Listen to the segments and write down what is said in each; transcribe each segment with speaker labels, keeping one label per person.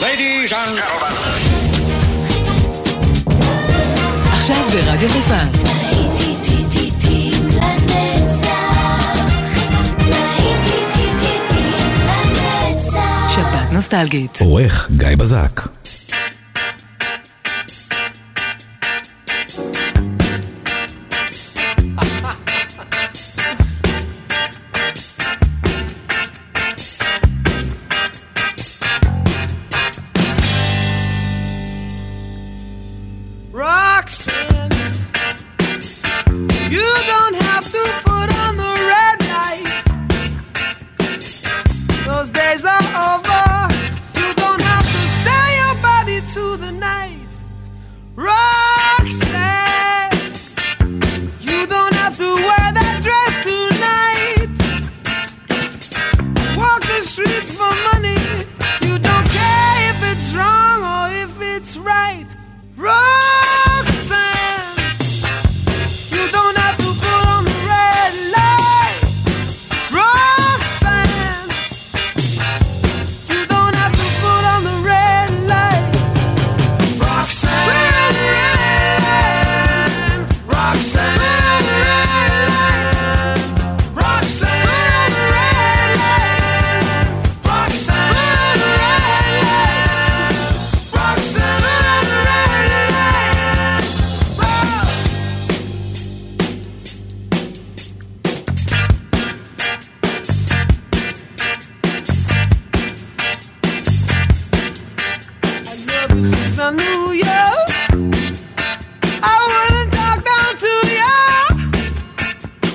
Speaker 1: ladies and gentlemen.
Speaker 2: עכשיו ברדיו חיפה. שפעת נוסטלגית.
Speaker 3: עורך גיא בזק.
Speaker 4: Roxanne, you don't have to put on the red light. Those days are over. You don't have to sell your body to the night. Roxanne, you don't have to wear that dress tonight. Walk the streets for money. You don't care if it's wrong or if it's right. Roxanne, you don't have to put on the red light. Roxanne, you don't have to put on the red light. Roxanne, Roxanne, Roxanne, Roxanne. I knew you. I wouldn't talk down to you.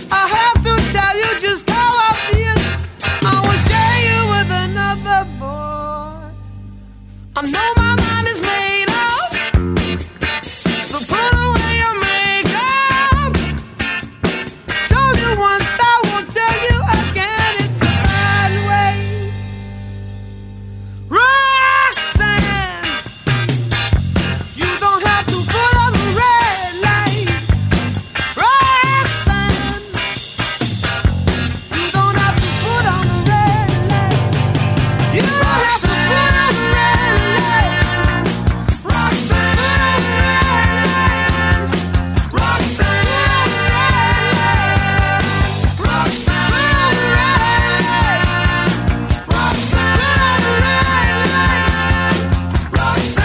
Speaker 4: I have to tell you just how I feel. I will share you with another boy. I know my mind is made up. So put away your makeup. Told you once, I won't tell you again. It's a bad way. Roxanne. You don't have to put on the red light, Roxanne. You don't have to put on the red light. You don't have to put on the red light, Roxanne. Roxanne, Roxanne, Roxanne.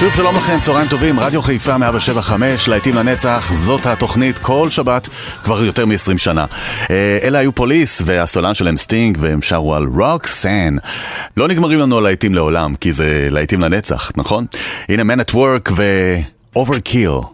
Speaker 5: שוב שלום לכם, צהריים טובים, רדיו חיפה 175, להיטים לנצח, זאת התוכנית כל שבת כבר יותר מ-20 שנה. אה, אלה היו פוליס והסולן שלהם סטינג והם שרו על רוקסן. לא נגמרים לנו הלהיטים לעולם, כי זה להיטים לנצח, נכון? הנה Man at Work ו-Overkill.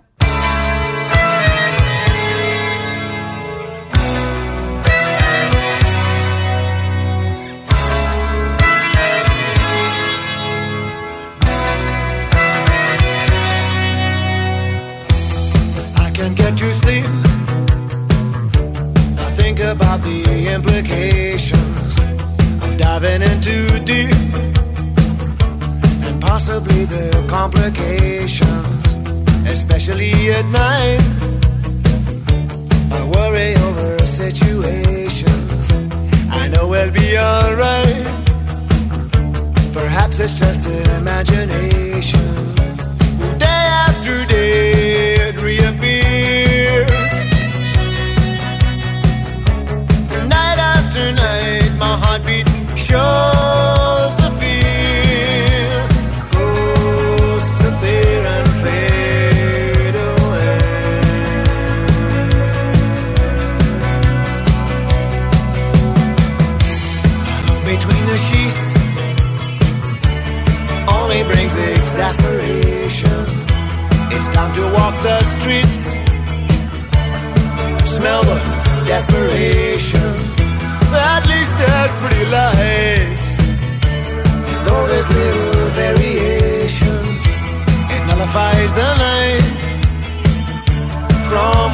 Speaker 6: I can get you sleep. I think about the implications of diving in too deep and possibly the complications, especially at night. I worry over situations. I know we'll be alright. Perhaps it's just an imagination day after day it reappears. Night after night, my heartbeat shows the fear. Ghosts appear and fade away. Although between the sheets only brings exasperation. It's time to walk the streets. Smell the desperation. At least there's pretty lights. And though there's little variation, it nullifies the night from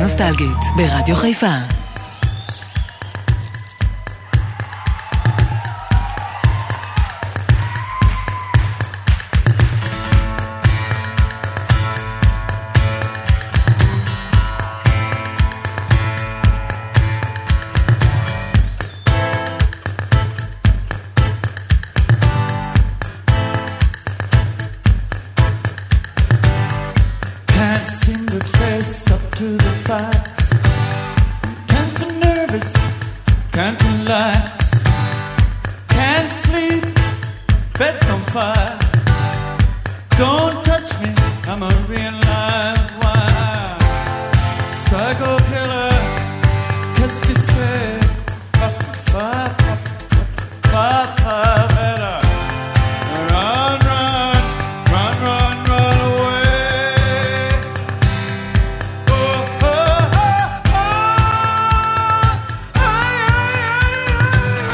Speaker 2: נוסטלגית, ברדיו חיפה.
Speaker 4: Can't seem to face up to the facts. Tense and nervous, can't relax. Can't sleep, bed's on fire. Don't touch me, I'm a real live wire. Psycho killer, qu'est-ce que c'est? Fa, fa, fa, fa, fa, fa, fa, Run, run, run, run, run away. Oh, oh, oh, oh. Ay, ay, ay, ay.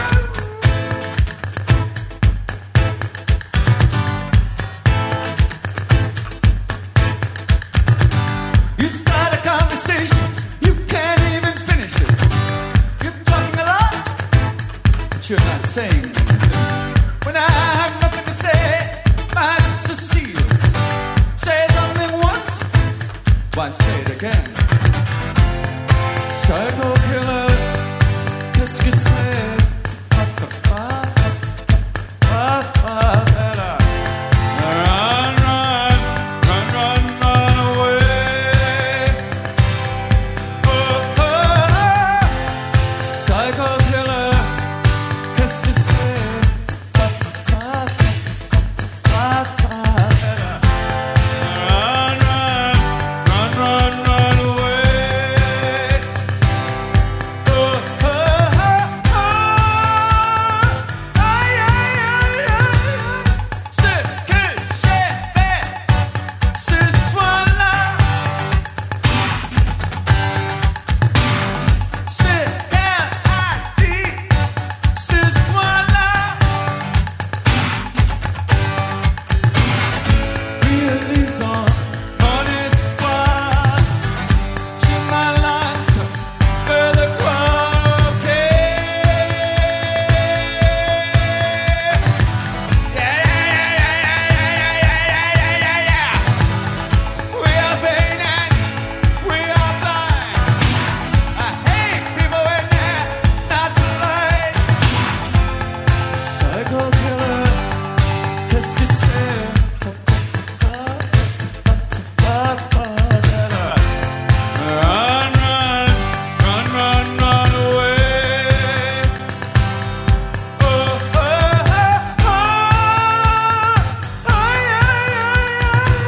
Speaker 4: You start a conversation, you can't even finish it. You're talking a lot, but you're not saying anything. When I have nothing to say, my lips are sealed. Say something once, why say it again? Psycho killer, qu'est-ce que c'est? Fa, fa, fa, fa, fa, fa, fa, la. Run, run, run, run, run away. Oh, oh, oh. Psycho killer, qu'est-ce que c'est? Fa, fa, fa, fa, fa, fa, fa, la. Run, run, run, run, run away. Oh, oh, oh, oh. Aïe, aïe, aïe, aïe. Ce que j'ai fait ce soir-là, ce qu'elle a dit ce soir-là. Réalisant mon espoir, je m'alance vers le croquet. Yeah, yeah, yeah, yeah, yeah, yeah, yeah, yeah, yeah. We are vain and we are blind. I hate people when they're not polite. Psycho killer, qu'est-ce que c'est? Fa, fa, da, da. Run, run, run, run, run away. Oh, oh, oh, oh. Ay, ay, ay, ay, ay.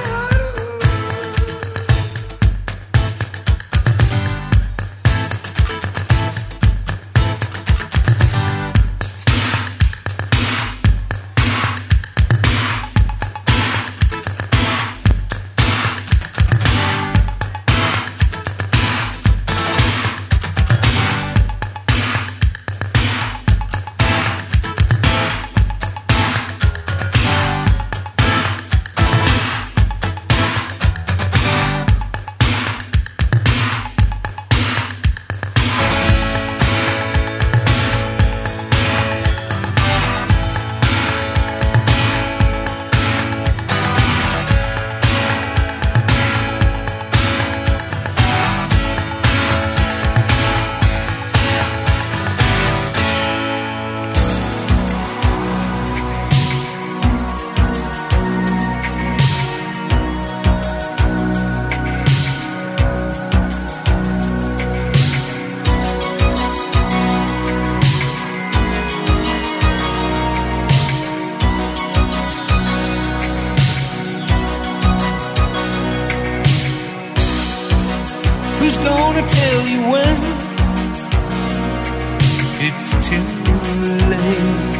Speaker 3: Who's gonna tell you when? It's too late.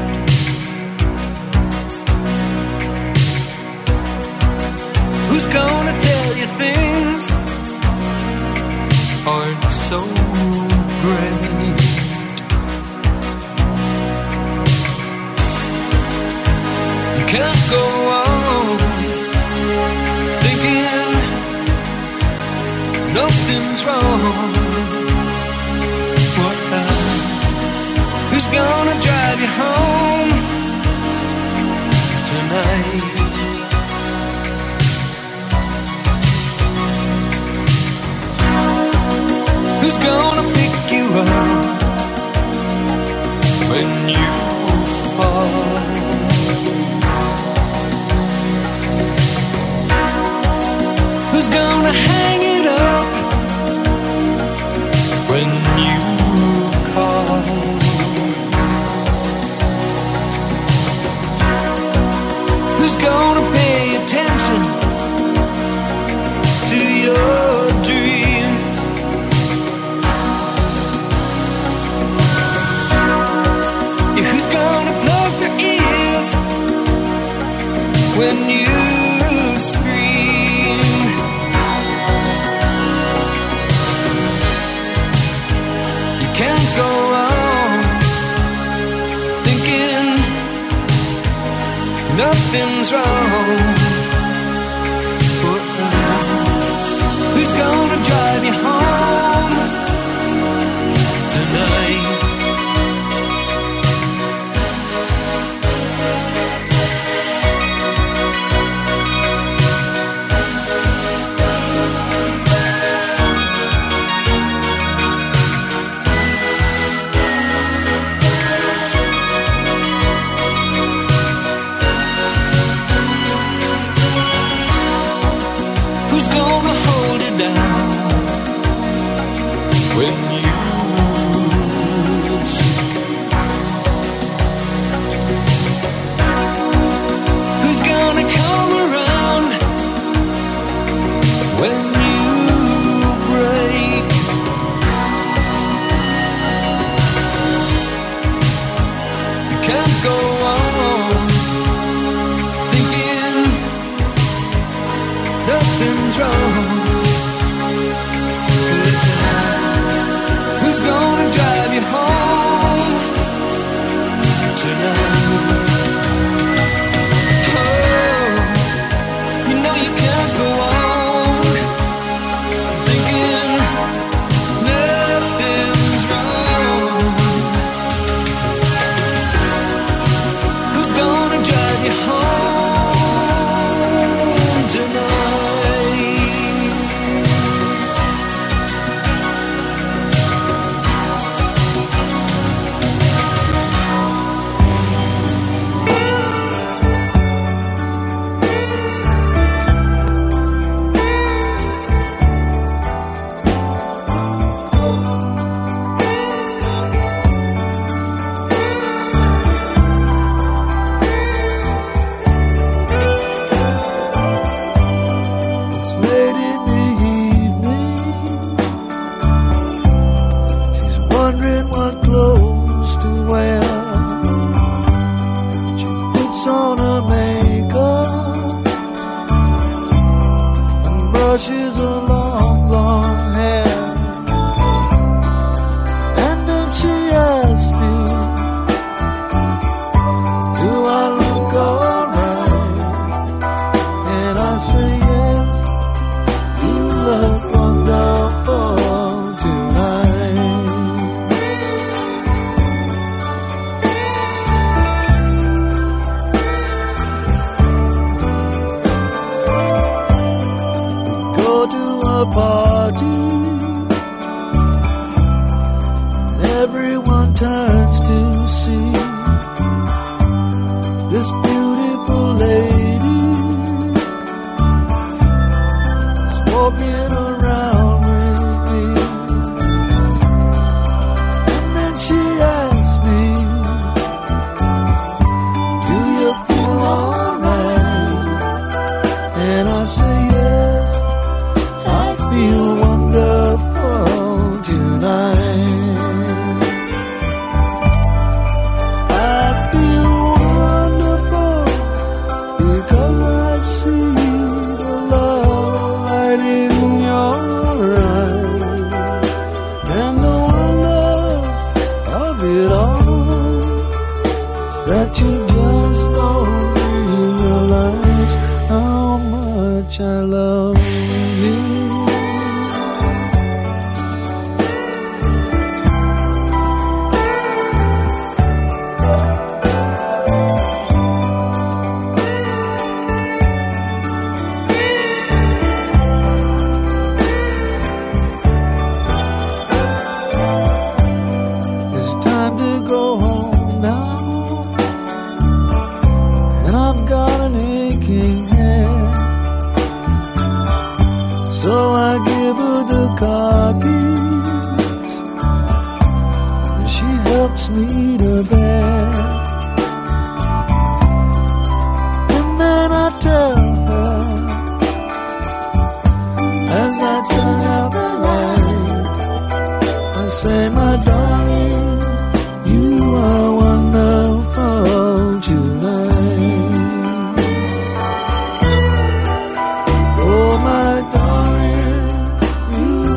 Speaker 3: Who's gonna tell you things aren't so great? You can't go on thinking
Speaker 4: nothing's wrong. What the? Who's gonna drive you home tonight? Who's gonna pick you up when you fall? Who's gonna hang it up when you call? Who's gonna pay attention to your dreams? Yeah, Who's gonna plug their ears when you scream? You can't go wrong thinking nothing's wrong. Who's gonna drive you home tonight? Who's gonna hold it down when you Who's gonna come around when you break? You can't go on thinking nothing's wrong. Who's gonna drive you home tonight? Oh, you know you can't go on thinking nothing's wrong. Who's gonna drive you home tonight?
Speaker 6: It's late in the evening. She's wondering what clothes to wear. She puts on her makeup and brushes her long, long hair. And then she asks me, Do I look alright? And I say yes, you look wonderful tonight. We go to a party, and everyone turns to see this beautiful lady walking around with me. And then she asked me, Do you feel alright? And I say, Yes, I feel wonderful tonight. I feel wonderful because I see the love light in your eyes and the wonder of it all is that you just don't realize how much I love you. Oh, Oh,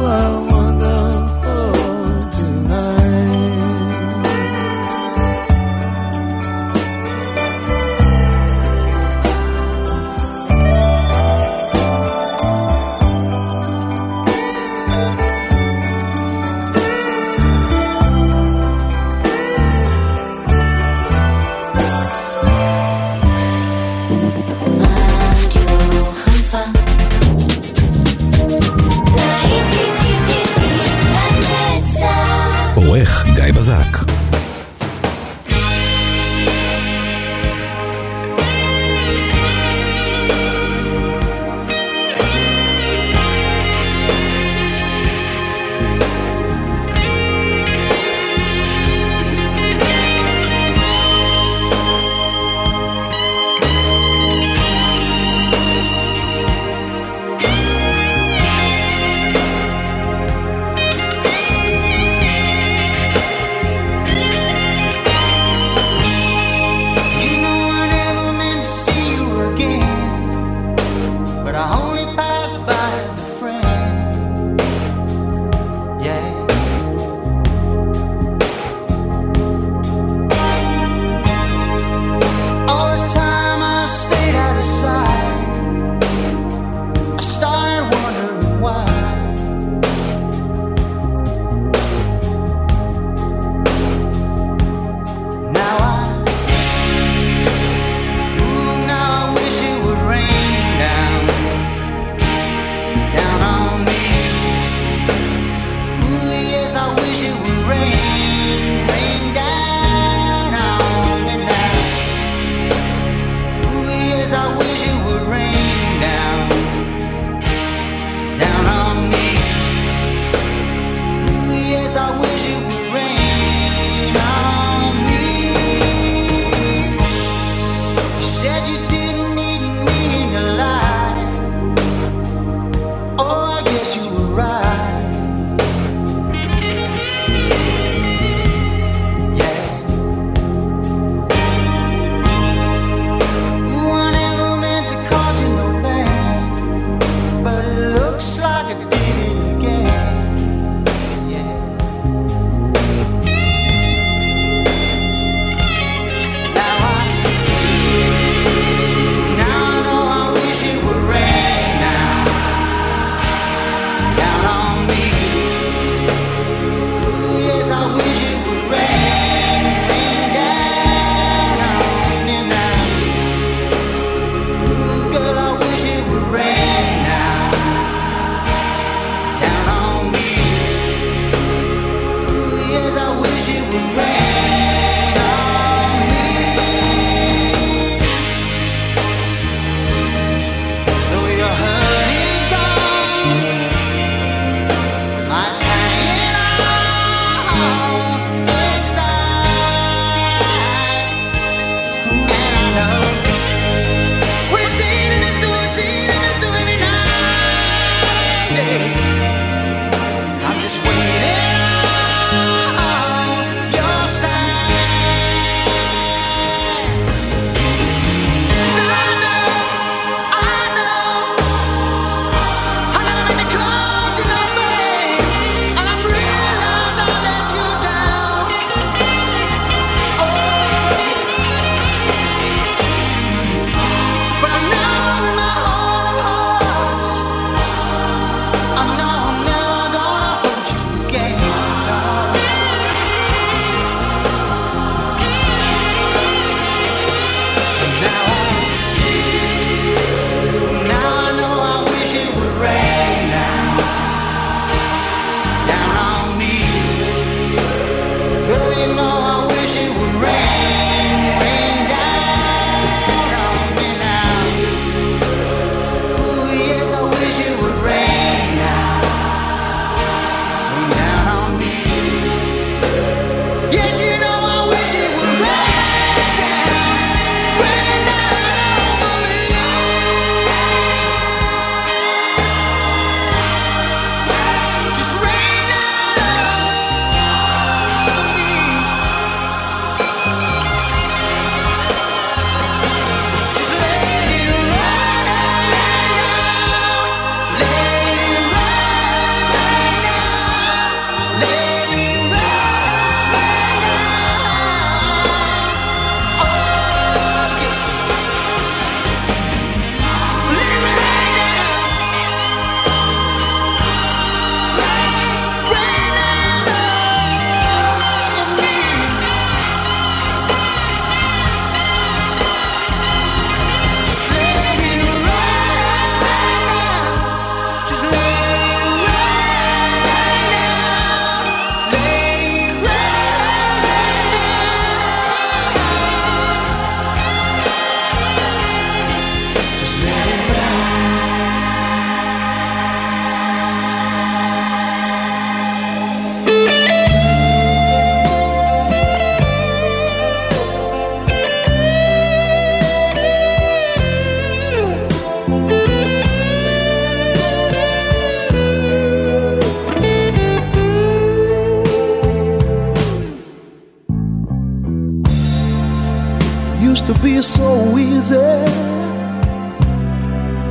Speaker 6: to be so easy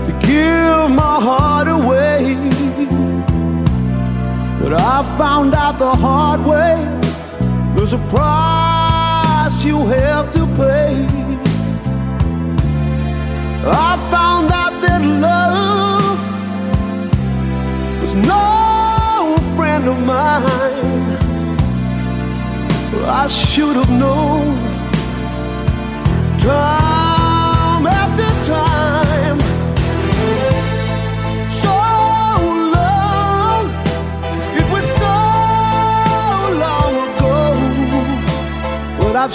Speaker 6: to give my heart away. But I found out the hard way there's a price you have to pay. I found out that love was no friend of mine. I should have known time after time. So long, it was so long ago, but I've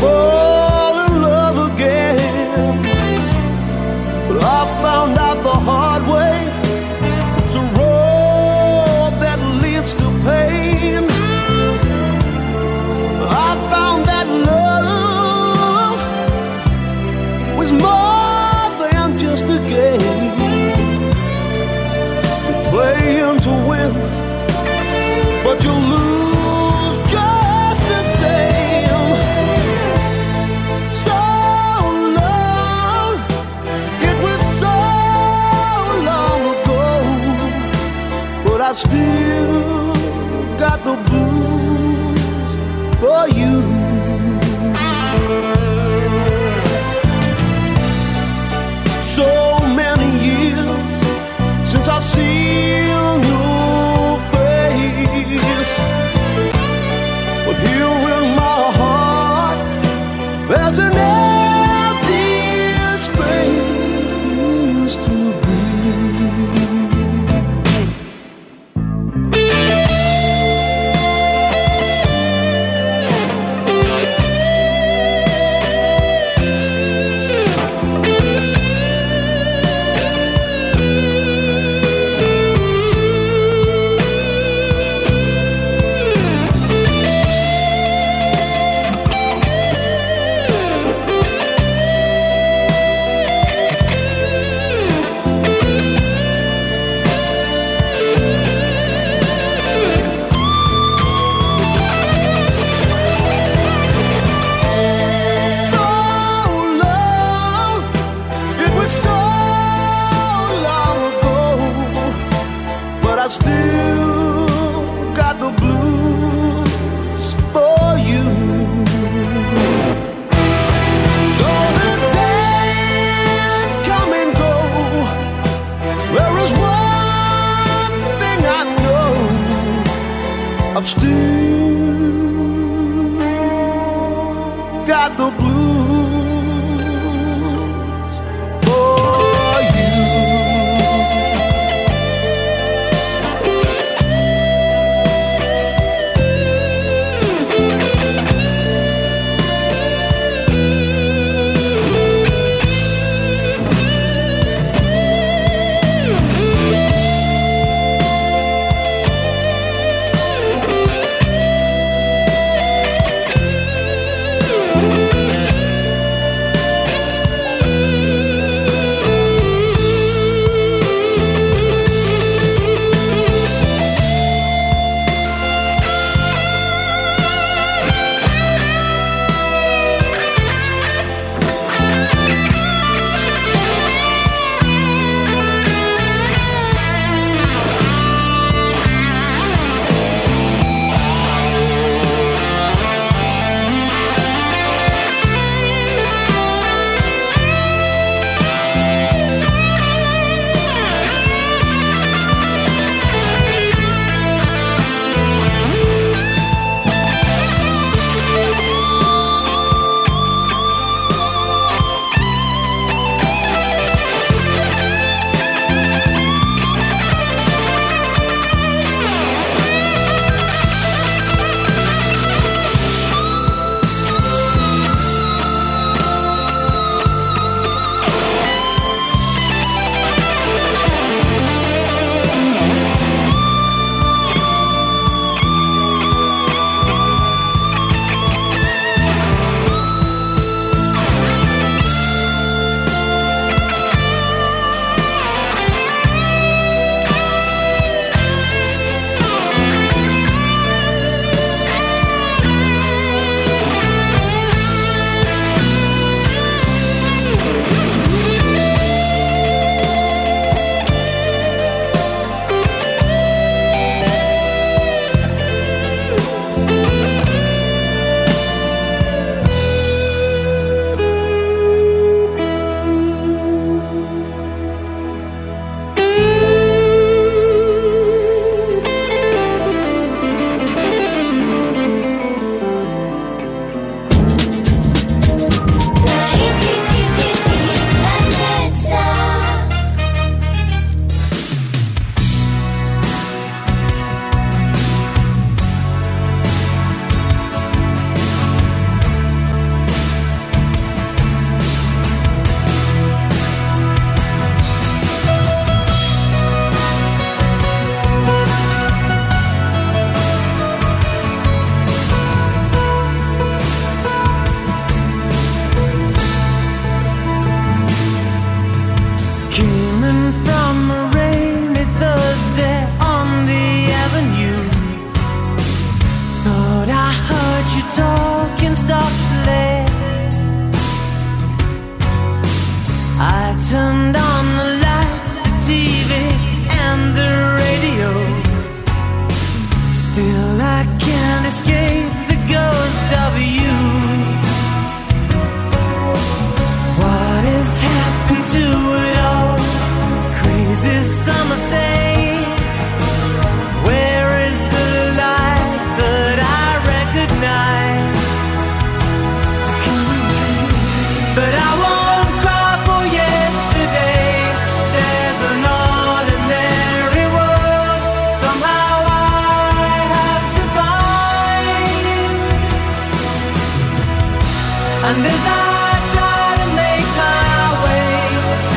Speaker 6: fall in love again. But I found out the hard way it's a road that leads to pain. I found that love was more than just a game. You play him to win, but you lose just the same. So long, it was so long ago, but I still got the blues for you. So many years since I've seen your face, but here in my heart. There's an empty space you used to be. So long, it was so long ago, but I still got the blues for you. Though the days come and go, there is one thing I know: I've still got the blues for you.
Speaker 7: Thank you.
Speaker 3: this summer say Where is the light that I recognize? But I won't cry for yesterday. There's an ordinary world somehow I have to find. And as I try to make my way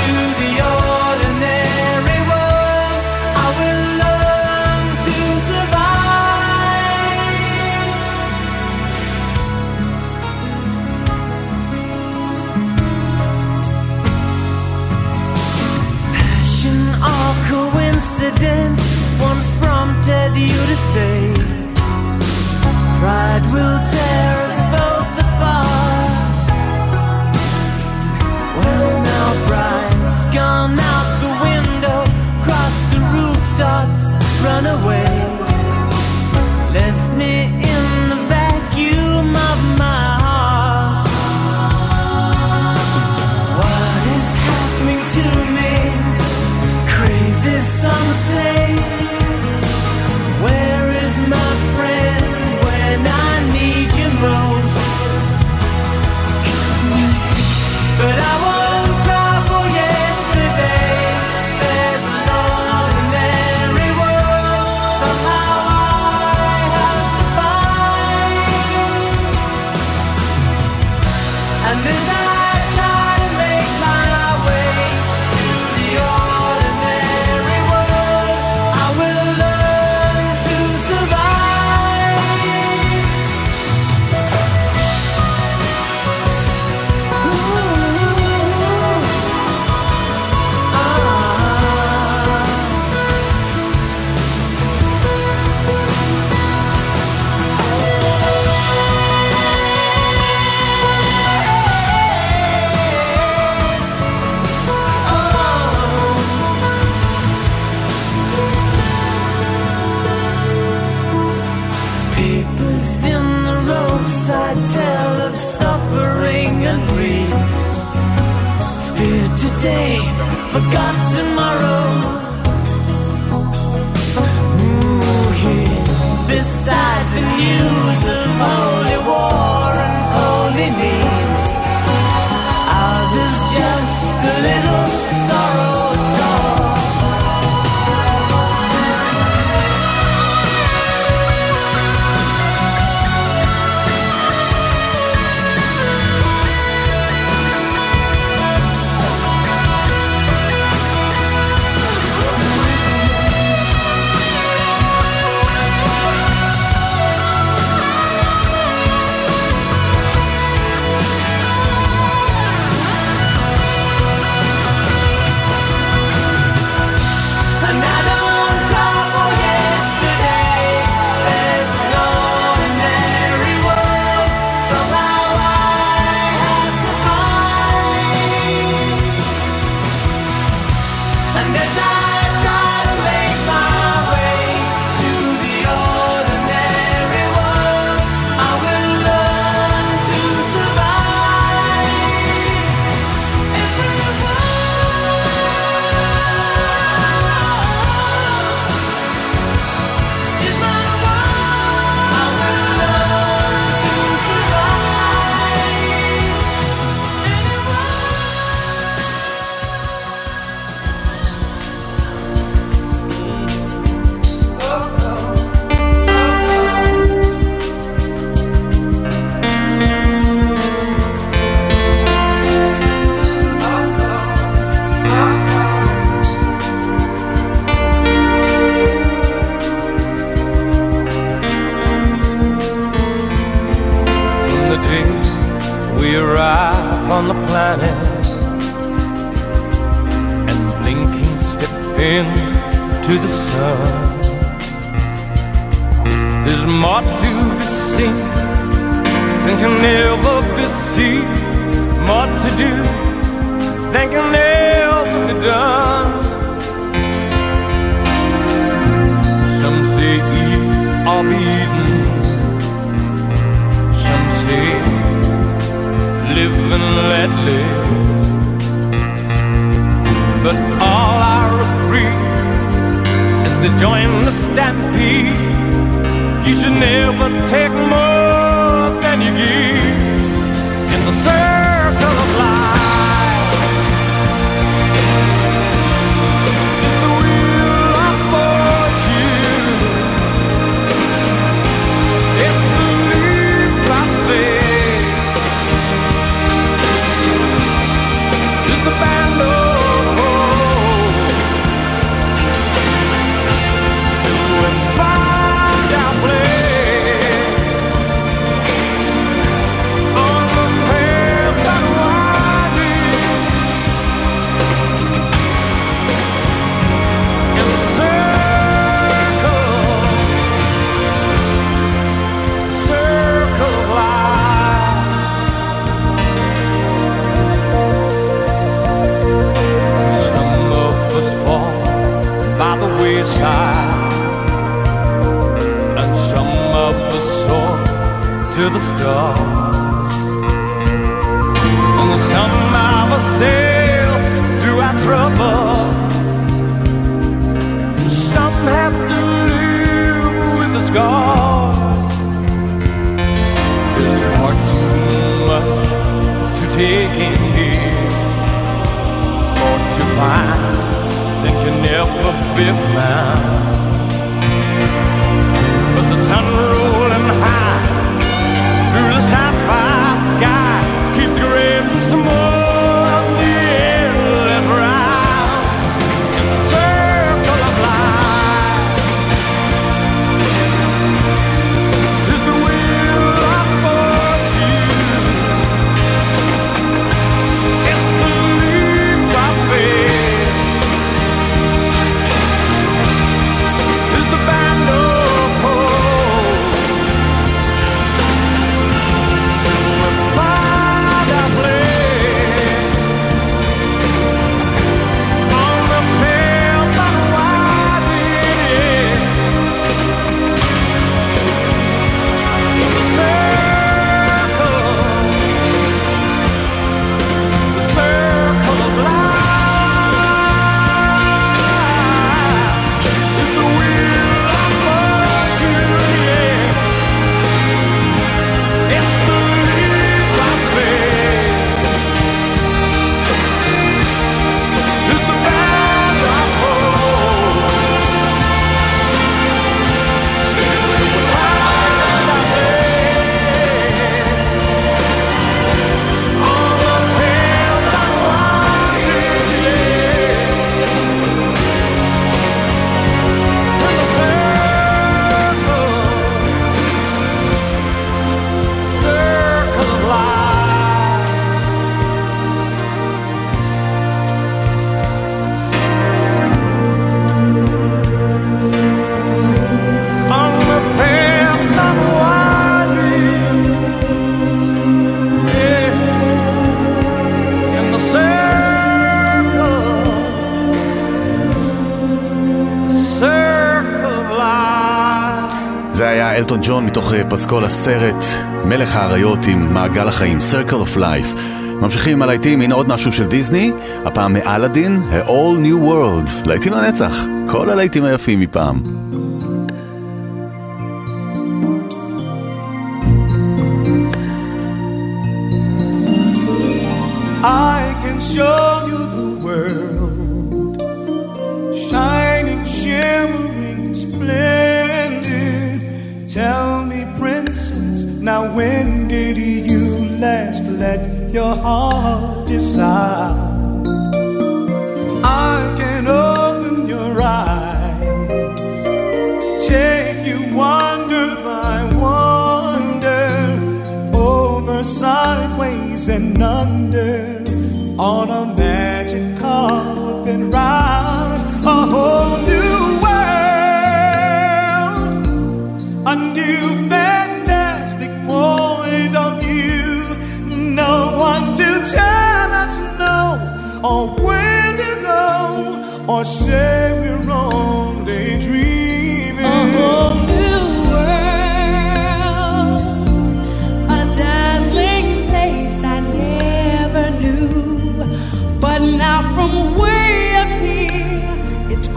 Speaker 3: to the ordinary world, I will learn to survive. Passion or coincidence once prompted you to stay. Pride will tear us both apart. Well, now pride's gone out the window, cross the rooftops, run away. Left me in the vacuum of my heart. What is happening to me? Crazy, some say. Where is my friend when I need you most? But I won't cry for yesterday. There's an ordinary world somehow I have to find. And as I try to make my way to the ordinary world, I will learn to survive. Ooh, ah. Papers in the roadside tell of suffering and grief. Fear today, forgot tomorrow. Ooh, here, beside the news of holy war and holy need. Ours is just a little sorrow torn. And I don't cry for yesterday. There's an ordinary world somehow I have to find. And as I try to make my way to the ordinary world, I will learn to survive.
Speaker 8: From the day we arrive on the planet and blinking step in to the sun. There's more to be seen than can ever be seen, more to do than can ever be done. Some say eat or be eaten. Some say live and let live. But all I
Speaker 3: free as they join the stampede. You should never take more than you give in the circle of life. It's the wheel of fortune. It's the leap by faith. It's the band of hope. Do we find our place? On the path that winding in the circle, circle of life. Some of us fall by the wayside, and some of us soar to the stars. And some of us sail through our trouble. And some have to live with the scars. There's far too much to take in here or to find that can never be found. But the sun rolling high through the sapphire sky keeps grinning some more of the endless round in the circle of life. Is the wheel of fortune it's the leap of faith. It's the band of hope. We'll find our place on the path that widens it. In the circle, the circle of life is the wheel of fortune. Yeah, it's the leap by faith. It's the path I hold. Still we find our place. On the path that winding yeah, in the circle, the circle of life.
Speaker 5: זה היה אלטון ג'ון מתוך אה, פסקול הסרט מלך האריות עם מעגל החיים, Circle of Life. ממשיכים עם הלהיטים, הנה עוד משהו של דיסני, הפעם מאלאדין, A All New World, להיטים לנצח, כל הלהיטים היפים מפעם.
Speaker 6: I can show you the world, shining, shimmering, splendid. Tell me, princess, now when did you last let your heart decide? I can open your eyes, take you wonder by wonder, over sideways and under, on a magic carpet ride, a whole new world, a new fantastic point of view. No one to tell us no, or where to go, or say we're only dreaming.
Speaker 9: But now from way up here, it's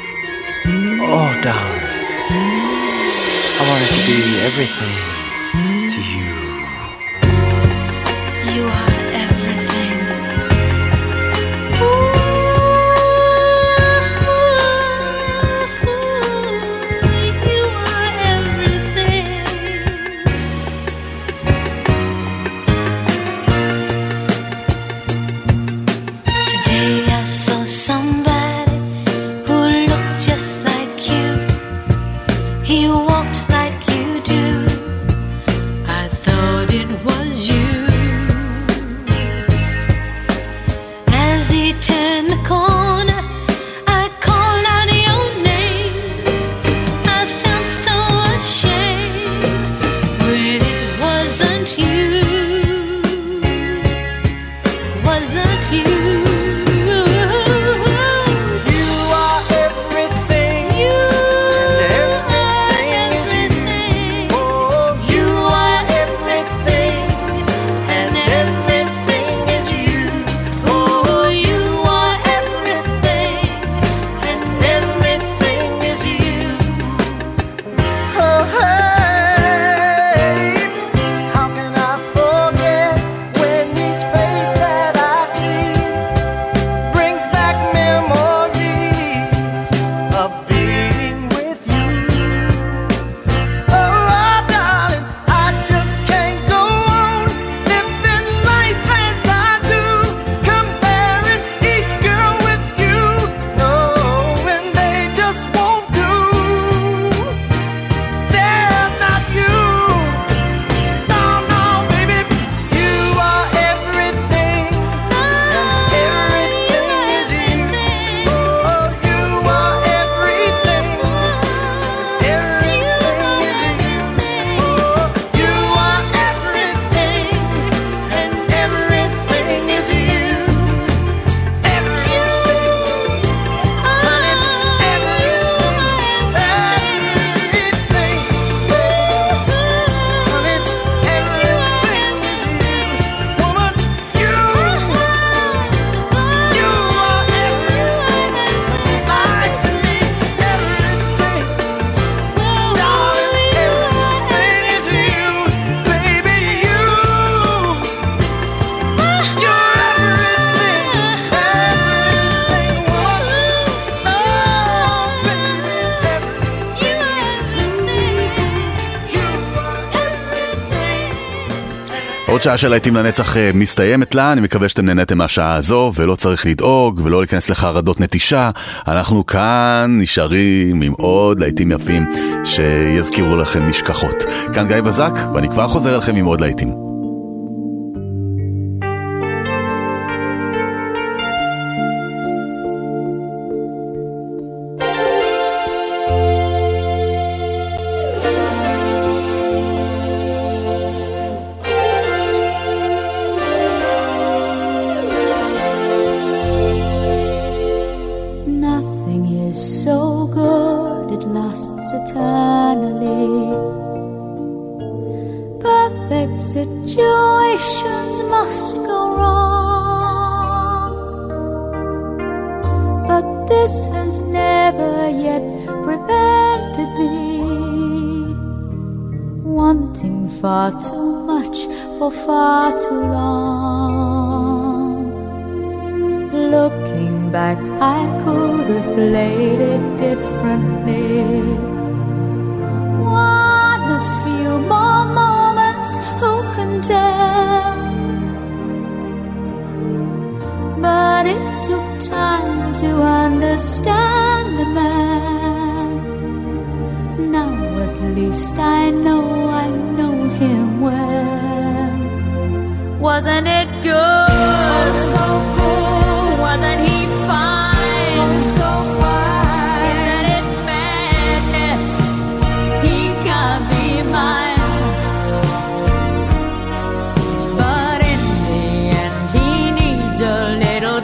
Speaker 10: Oh, darling. I wanted to be everything to you.
Speaker 7: You are everything. You are everything. Today I saw somebody who looked just like you. He walked like you do. I thought it was you. As he turned the corner, I called out your name. I felt so ashamed when it wasn't you wasn't you. You are everything. You are everything. You are everything. And everything is you. Oh, you are everything. And everything is you.
Speaker 4: Oh, hey, how can I forget when each face that I see brings back memories of being with you? Oh, darling, I just can't go on living life as I do, comparing each girl with you, knowing they just won't do. They're not you. No, no, baby, you are everything. Everything is you. Oh, you are everything. Everything is you. Oh, you are everything, and everything is you. Everything.
Speaker 5: עוד שעה של להיטים לנצח אה, מסתיימת לה, אני מקווה שאתם נהניתם מהשעה הזו, ולא צריך לדאוג, ולא להיכנס לחרדות נטישה. אנחנו כאן נשארים עם עוד להיטים יפים שיזכירו לכם נשכחות. כאן גיא בזק, ואני כבר חוזר אליכם עם עוד להיטים.
Speaker 9: Nothing is so good it lasts eternally. Perfect situations must go wrong. But this has never yet prevented me wanting far too much for far too long. Looking back, I could have played it differently. One a few more moments, who can tell? But it took time to understand the man. Now at least I know I know him well. Wasn't it good? Oh, so cool. Wasn't he fine? Oh, so fine. Isn't it madness? He can't be mine. But in the end, he needs a little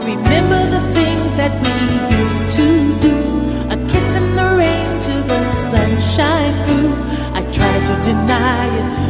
Speaker 9: remember the things that we used to do. A kiss in the rain to the sunshine through. I try to deny it.